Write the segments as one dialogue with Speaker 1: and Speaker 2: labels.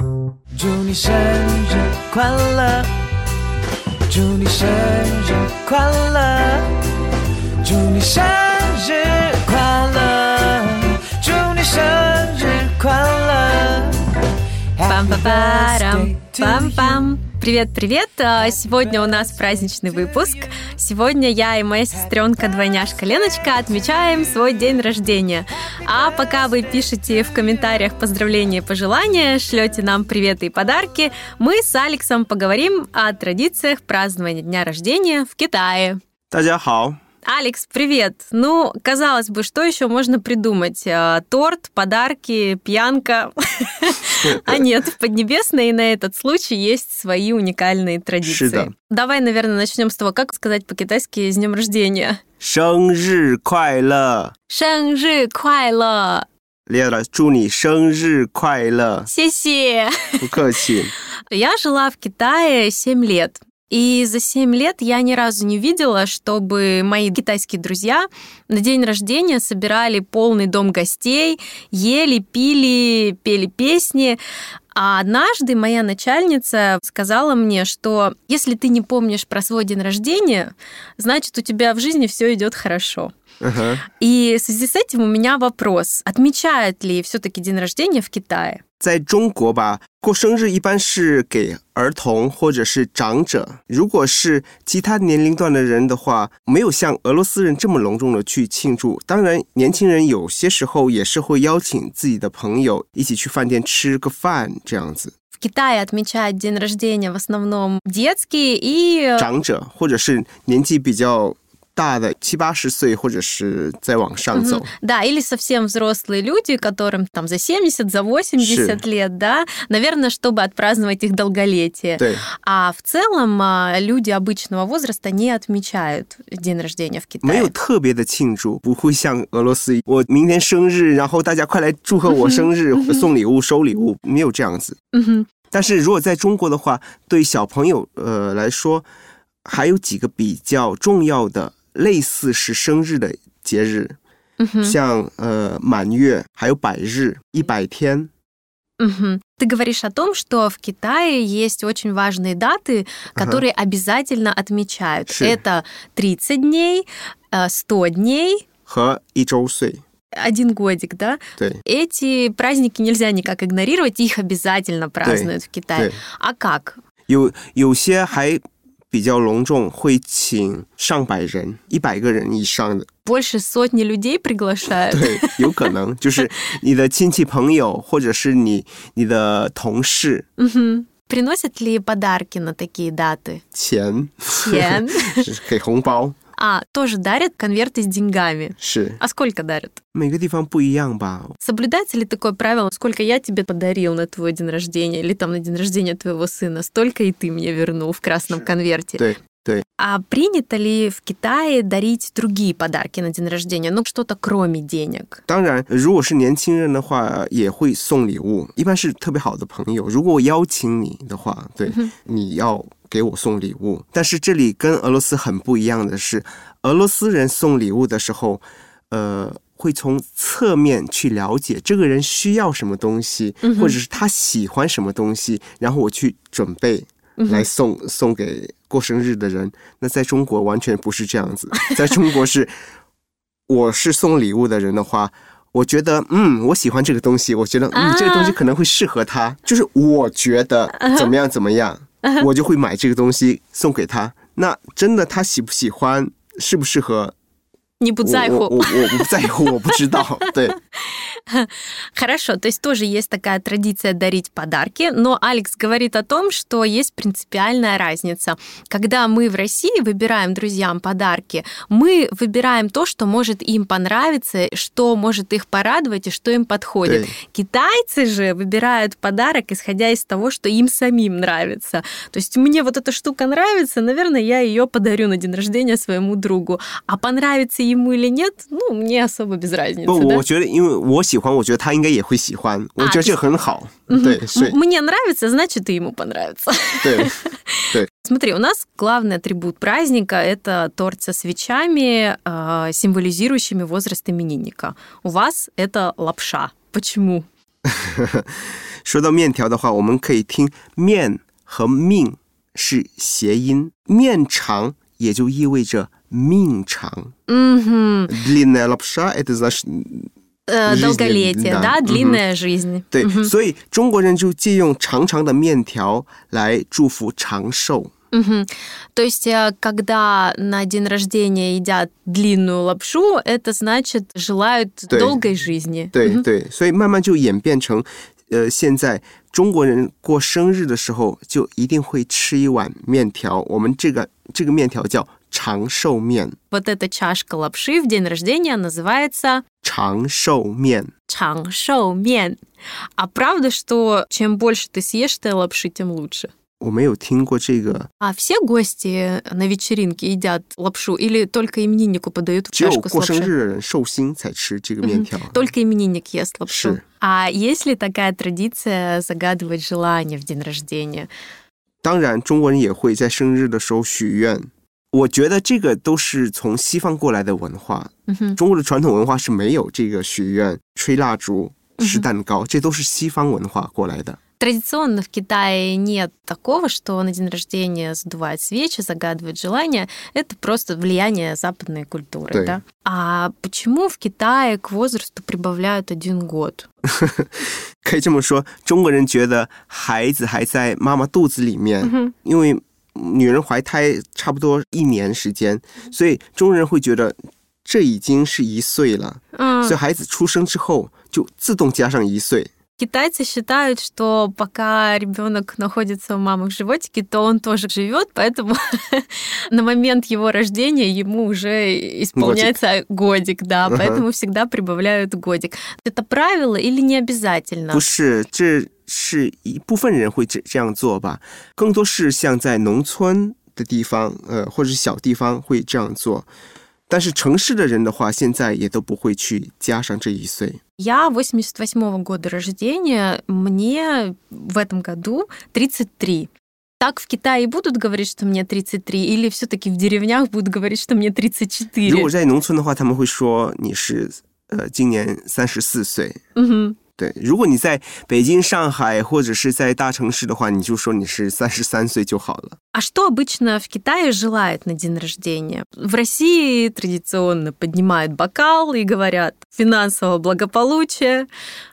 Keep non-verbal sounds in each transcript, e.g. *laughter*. Speaker 1: 祝你生日快乐，祝你生日快乐，祝你生日快乐，祝你生日快乐。
Speaker 2: пам
Speaker 1: Happy birthday
Speaker 2: пам
Speaker 1: to
Speaker 2: пам
Speaker 1: you.
Speaker 2: пам Привет, привет! А, Сегодня у нас праздничный выпуск. Сегодня я и моя сестренка двойняшка Леночка отмечаем свой день рождения. А пока вы пишете в комментариях поздравления и пожелания, шлете нам приветы и подарки, мы с Алексом поговорим о традициях празднования дня рождения в Китае.
Speaker 3: 大家好，
Speaker 2: Алекс, привет! Ну, казалось бы, что еще можно придумать? Э, Торт, подарки, пьянка. А нет, в Поднебесной на этот случай есть свои уникальные традиции.
Speaker 3: да.
Speaker 2: Давай, наверное, начнем с того, как сказать по-китайски «с днем рождения».
Speaker 3: 生日快乐
Speaker 2: Шэнжи куайло!！
Speaker 3: ，Лера，祝你生日快乐
Speaker 2: Сеси! *laughs*
Speaker 3: 不客气，
Speaker 2: Я жила в Китае 7 лет. И за 7 лет я ни разу не видела, чтобы мои китайские друзья на день рождения собирали полный дом гостей, ели, пили, пели песни. А однажды моя начальница сказала мне, что если ты не помнишь про свой день рождения, значит у тебя в жизни все идет хорошо.
Speaker 3: Ага.
Speaker 2: И в связи с этим у меня вопрос, отмечают ли все-таки день рождения в Китае?
Speaker 3: 在中国吧，过生日一般是给儿童或者是长者。如果是其他年龄段的人的话，没有像俄罗斯人这么隆重的去庆祝。当然，年轻人有些时候也是会邀请自己的朋友一起去饭店吃个饭这样子。
Speaker 2: В Китае отмечают день рождения в основном детские и э,
Speaker 3: 长者或者是年纪比较大的七八十岁，或者是再往上走。
Speaker 2: да, или совсем взрослые люди, которым там за 70, за 80 лет, да, наверное, чтобы отпраздновать их долголетие.
Speaker 3: 对，
Speaker 2: А в целом а, люди обычного возраста не отмечают день рождения в
Speaker 3: 没
Speaker 2: Китае.
Speaker 3: 有特别的庆祝，不会像俄罗斯，我明天生日，然后大家快来祝贺我生日，送礼物、收礼物，没有这样子。
Speaker 2: Мгм.
Speaker 3: 但是如果在中国的话，对小朋友呃来说，还有几个比较重要的类似是生日的节日，
Speaker 2: 嗯
Speaker 3: 像呃满月，还有百日、一百天。
Speaker 2: Мгм. Ты говоришь о том, что в Китае есть очень важные даты, которые обязательно отмечают.
Speaker 3: Ши.
Speaker 2: Это 30 дней, э, 100 дней,
Speaker 3: 和一周岁，
Speaker 2: один годик, да?
Speaker 3: 对
Speaker 2: Эти праздники нельзя никак игнорировать, их обязательно празднуют в Китае.
Speaker 3: 对，
Speaker 2: А как?
Speaker 3: 有有些还比较隆重，会请上百人、一百个人以上的，
Speaker 2: Больше сотни людей *laughs* приглашают.
Speaker 3: 对，有可能就是你的亲戚朋友，或者是你你的同事
Speaker 2: Мгм. Приносят ли подарки на такие даты?
Speaker 3: 钱 *laughs*
Speaker 2: Тен.
Speaker 3: 是给红包，
Speaker 2: А, тоже дарят конверты с деньгами.
Speaker 3: 是
Speaker 2: А сколько дарят?
Speaker 3: 每个地方不一样吧？
Speaker 2: Соблюдается ли такое правило, сколько я тебе подарил на твой день рождения или там на день рождения твоего сына, столько и ты мне вернул в красном конверте?
Speaker 3: Да, да.
Speaker 2: А принято ли в Китае дарить другие подарки на день рождения? Ну, что-то кроме денег?
Speaker 3: 当然，如果是年轻人的话，也会送礼物，一般是特别好的朋友。如果我邀请你的话，对，你要给我送礼物。但是这里跟俄罗斯很不一样的是，俄罗斯人送礼物的时候，呃。会从侧面去了解这个人需要什么东西，或者是他喜欢什么东西，然后我去准备来送、送给过生日的人。那在中国完全不是这样子，在中国是我是送礼物的人的话，我觉得，嗯，我喜欢这个东西，我觉得，嗯
Speaker 2: 啊，
Speaker 3: 这个东西可能会适合他，就是我觉得怎么样怎么样，我就会买这个东西送给他。那真的他喜不喜欢，适不适合，
Speaker 2: Не будь
Speaker 3: 我
Speaker 2: зайху.
Speaker 3: 我我我不在乎，我不知道。对，
Speaker 2: Хорошо, то есть тоже есть такая традиция дарить подарки, но Алекс говорит о том, что есть принципиальная разница. Когда мы в России выбираем друзьям подарки, мы выбираем то, что может им понравиться, что может их порадовать и что им подходит.
Speaker 3: Да.
Speaker 2: Китайцы же выбирают подарок, исходя из того, что им самим нравится. То есть мне вот эта штука нравится, наверное, я ее подарю на день рождения своему другу. А понравится ему или нет, ну, мне особо без разницы.
Speaker 3: 不，
Speaker 2: да?
Speaker 3: 我觉得，因为我喜欢，我觉得他应该也会喜欢，我觉得这个很好。对，所以
Speaker 2: М- Мне нравится, значит, и ему понравится. *laughs*
Speaker 3: 对
Speaker 2: Смотри, у нас главный атрибут праздника – это торт со свечами, э, символизирующими возраст именинника. У вас это лапша. Почему?
Speaker 3: *laughs* 说到面条的话，我们可以听面和命是谐音，面长也就意味着命长。
Speaker 2: Мгм.
Speaker 3: Длинная лапша это значит
Speaker 2: Э,
Speaker 3: Жизнь,
Speaker 2: Долголетие,
Speaker 3: да.
Speaker 2: да,
Speaker 3: Мгм.
Speaker 2: длинная жизнь.
Speaker 3: 对，所以中国人就借用长长的面条来祝福长寿。
Speaker 2: Мгм. То есть, э, когда на день рождения едят длинную лапшу, это значит желают
Speaker 3: Да.
Speaker 2: долгой жизни.
Speaker 3: 对
Speaker 2: Мгм.
Speaker 3: 对，所以慢慢就演变成，呃，现在中国人过生日的时候就一定会吃一碗面条，我们这个这个面条叫长寿面，
Speaker 2: Вот эта чашка лапши в день рождения называется
Speaker 3: 长寿面。
Speaker 2: 长寿面. А правда, что чем больше ты съешь этой лапши, тем лучше?
Speaker 3: 我没有听过这个，
Speaker 2: А все гости на вечеринке едят лапшу или только имениннику подают
Speaker 3: 只有
Speaker 2: чашку с
Speaker 3: 过生
Speaker 2: лапшой?
Speaker 3: 日的人寿星才吃
Speaker 2: 嗯
Speaker 3: 这个面条。啊
Speaker 2: Только именинник ест лапшу.
Speaker 3: Шы.
Speaker 2: А есть ли такая традиция загадывать желание в день рождения?
Speaker 3: 当然，中国人也会在生日的时候许愿。我觉得这个都是从西方过来的文化，
Speaker 2: Мгм.
Speaker 3: 中国的传统文化是没有这个许愿、吹蜡烛、
Speaker 2: 嗯
Speaker 3: 吃
Speaker 2: 哼
Speaker 3: 蛋糕，这都是西方文化过来的。
Speaker 2: Традиционно в Китае нет такого, что на день рождения задувают свечи, загадывают желания. Это просто влияние западной культуры.
Speaker 3: Да.
Speaker 2: да? А почему в Китае к возрасту прибавляют один год?
Speaker 3: 可以这么说，中国人觉得孩子还在妈妈肚子里面，
Speaker 2: 嗯
Speaker 3: 因为女人怀胎差不多一年时间，所以中国人会觉得这已经是一岁了，
Speaker 2: М,
Speaker 3: 所以孩子出生之后就自动加上一岁。
Speaker 2: Китайцы считают, что пока ребенок находится у мамы в животике, то он тоже живет, поэтому *laughs* на момент его рождения ему уже исполняется годик, да,
Speaker 3: Ага.
Speaker 2: поэтому всегда прибавляют годик. Это правило или не обязательно?
Speaker 3: 不是，这是一部分人会这这样做吧，更多是像在农村的地方，呃，或者是小地方会这样做。但是城市的人的话，现在也都不会去加上这一岁。
Speaker 2: Я 88 года рождения, мне в этом году 33. Так в Китае и будут говорить, что мне 33, или все-таки в деревнях будут говорить, что мне 34?
Speaker 3: 如果在农村的话，他们会说你是呃今年三十四岁。
Speaker 2: Мгм.
Speaker 3: 对，如果你在北京、上海或者是在大城市的话，你就说你是三十三岁就好了。
Speaker 2: А что обычно в Китае желают на день рождения? В России традиционно поднимают бокал и говорят финансового благополучия,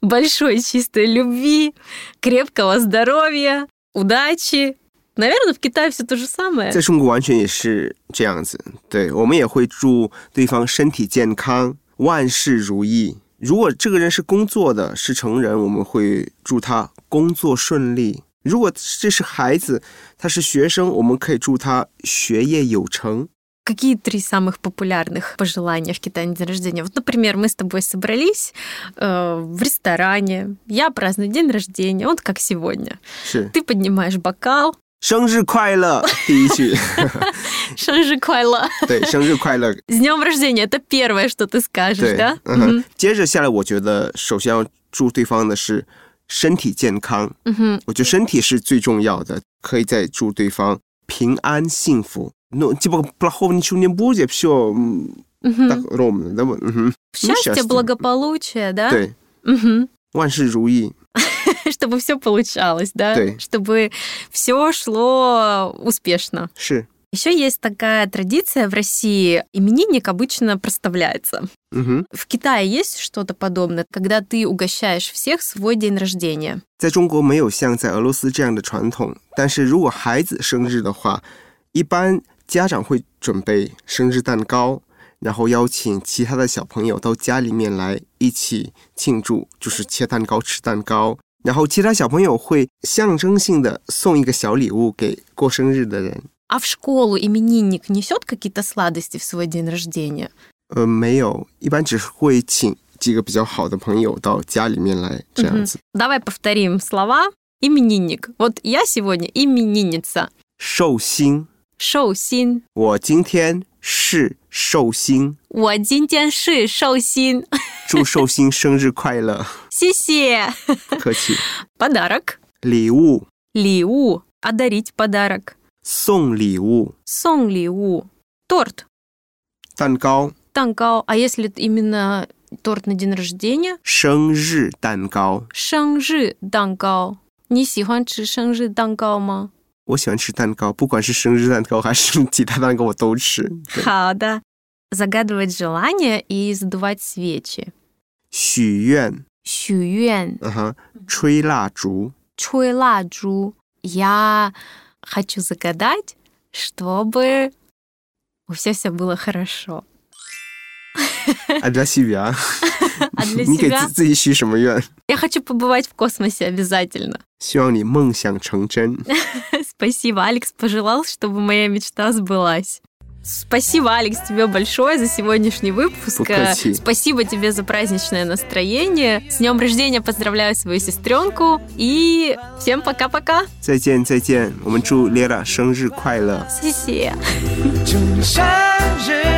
Speaker 2: большой чистой любви, крепкого здоровья, удачи. Наверное, в Китае все то же самое.
Speaker 3: 在中国完全也是这样子，对我们也会祝对方身体健康、万事如意。如果这个人是工作的，是成人，我们会祝他工作顺利；如果这是孩子，他是学生，我们可以祝他学业有成。
Speaker 2: Какие три самых популярных пожелания в Китае на день рождения? Вот, например, мы с тобой собрались э, в ресторане, я праздную день рождения, вот как сегодня. *laughs*
Speaker 3: 是
Speaker 2: Ты поднимаешь бокал, *laughs*
Speaker 3: 生日快乐，第一句， *laughs*
Speaker 2: шанжи куайла.
Speaker 3: 对，生日快乐，
Speaker 2: С днем рождения, это первое, что ты скажешь,
Speaker 3: 对，
Speaker 2: да?
Speaker 3: 嗯哼。接着下来，我觉得首先要祝对方的是身体健康，
Speaker 2: Мгм.
Speaker 3: 我觉得身体是最重要的，可以再祝对方平安幸福。Ну, типа, плохого ничего не будет, все
Speaker 2: Мгм.
Speaker 3: так ровно, да? вот, мгм.
Speaker 2: Счастье,
Speaker 3: счастье.
Speaker 2: благополучие, да?
Speaker 3: 嗯对，
Speaker 2: Мгм. *laughs*
Speaker 3: 万事如意。
Speaker 2: Чтобы все получалось, да?
Speaker 3: Да.
Speaker 2: Чтобы все шло успешно.
Speaker 3: 是，
Speaker 2: Еще есть такая традиция в России. Именинник обычно проставляется.
Speaker 3: 嗯哼，
Speaker 2: В Китае есть что-то подобное, когда ты угощаешь всех в свой день рождения.
Speaker 3: 在中国没有像在俄罗斯这样的传统，但是如果孩子生日的话，一般家长会准备生日蛋糕，然后邀请其他的小朋友到家里面来一起庆祝，就是切蛋糕、吃蛋糕。然后其他小朋友会象征性的送一个小礼物给过生日的人。
Speaker 2: А в школу именинник несет какие-то сладости в свой день рождения?
Speaker 3: 呃，没有，一般只会请几个比较好的朋友到家里面来这样子。
Speaker 2: Давай повторим слова. Именинник. Вот я сегодня именинница.
Speaker 3: 寿星，
Speaker 2: Шоу Син.
Speaker 3: 我今天是寿星，
Speaker 2: Шоу *laughs* Син.
Speaker 3: 祝寿星生日快乐。
Speaker 2: Сисе.
Speaker 3: 不客气，
Speaker 2: Подарок.
Speaker 3: 礼物
Speaker 2: Лиу. Одарить подарок.
Speaker 3: 送礼物，
Speaker 2: Сон Лиу. Торт.
Speaker 3: 蛋糕
Speaker 2: Танкао. А если именно торт на день рождения,
Speaker 3: 生日蛋糕，
Speaker 2: 生日蛋糕。你喜欢吃生日蛋糕吗？
Speaker 3: 我喜欢吃蛋糕，不管是生日蛋糕还是其他蛋糕我都吃。对
Speaker 2: 好的。Загадывать желания и задувать свечи.
Speaker 3: 许愿，
Speaker 2: 许愿，
Speaker 3: 嗯哼，吹蜡烛，
Speaker 2: 吹蜡烛。Я хочу загадать, чтобы у всех все было хорошо.
Speaker 3: 啊，比较细 *laughs* 别啊
Speaker 2: А для
Speaker 3: *laughs* 你给
Speaker 2: себя
Speaker 3: 自自己许什啊么愿？
Speaker 2: я хочу побывать в космосе обязательно. *laughs*
Speaker 3: 希望你梦想成真。 *laughs*
Speaker 2: Спасибо, Алекс пожелал, чтобы моя мечта сбылась. Спасибо, Алекс, тебе большое за сегодняшний выпуск.
Speaker 3: Спасибо.
Speaker 2: Спасибо тебе за праздничное настроение. С днем рождения поздравляю свою сестренку. И всем пока-пока.
Speaker 3: 再见，再见，我们祝 Lera 生日快乐。
Speaker 2: 谢谢。
Speaker 1: 祝你生日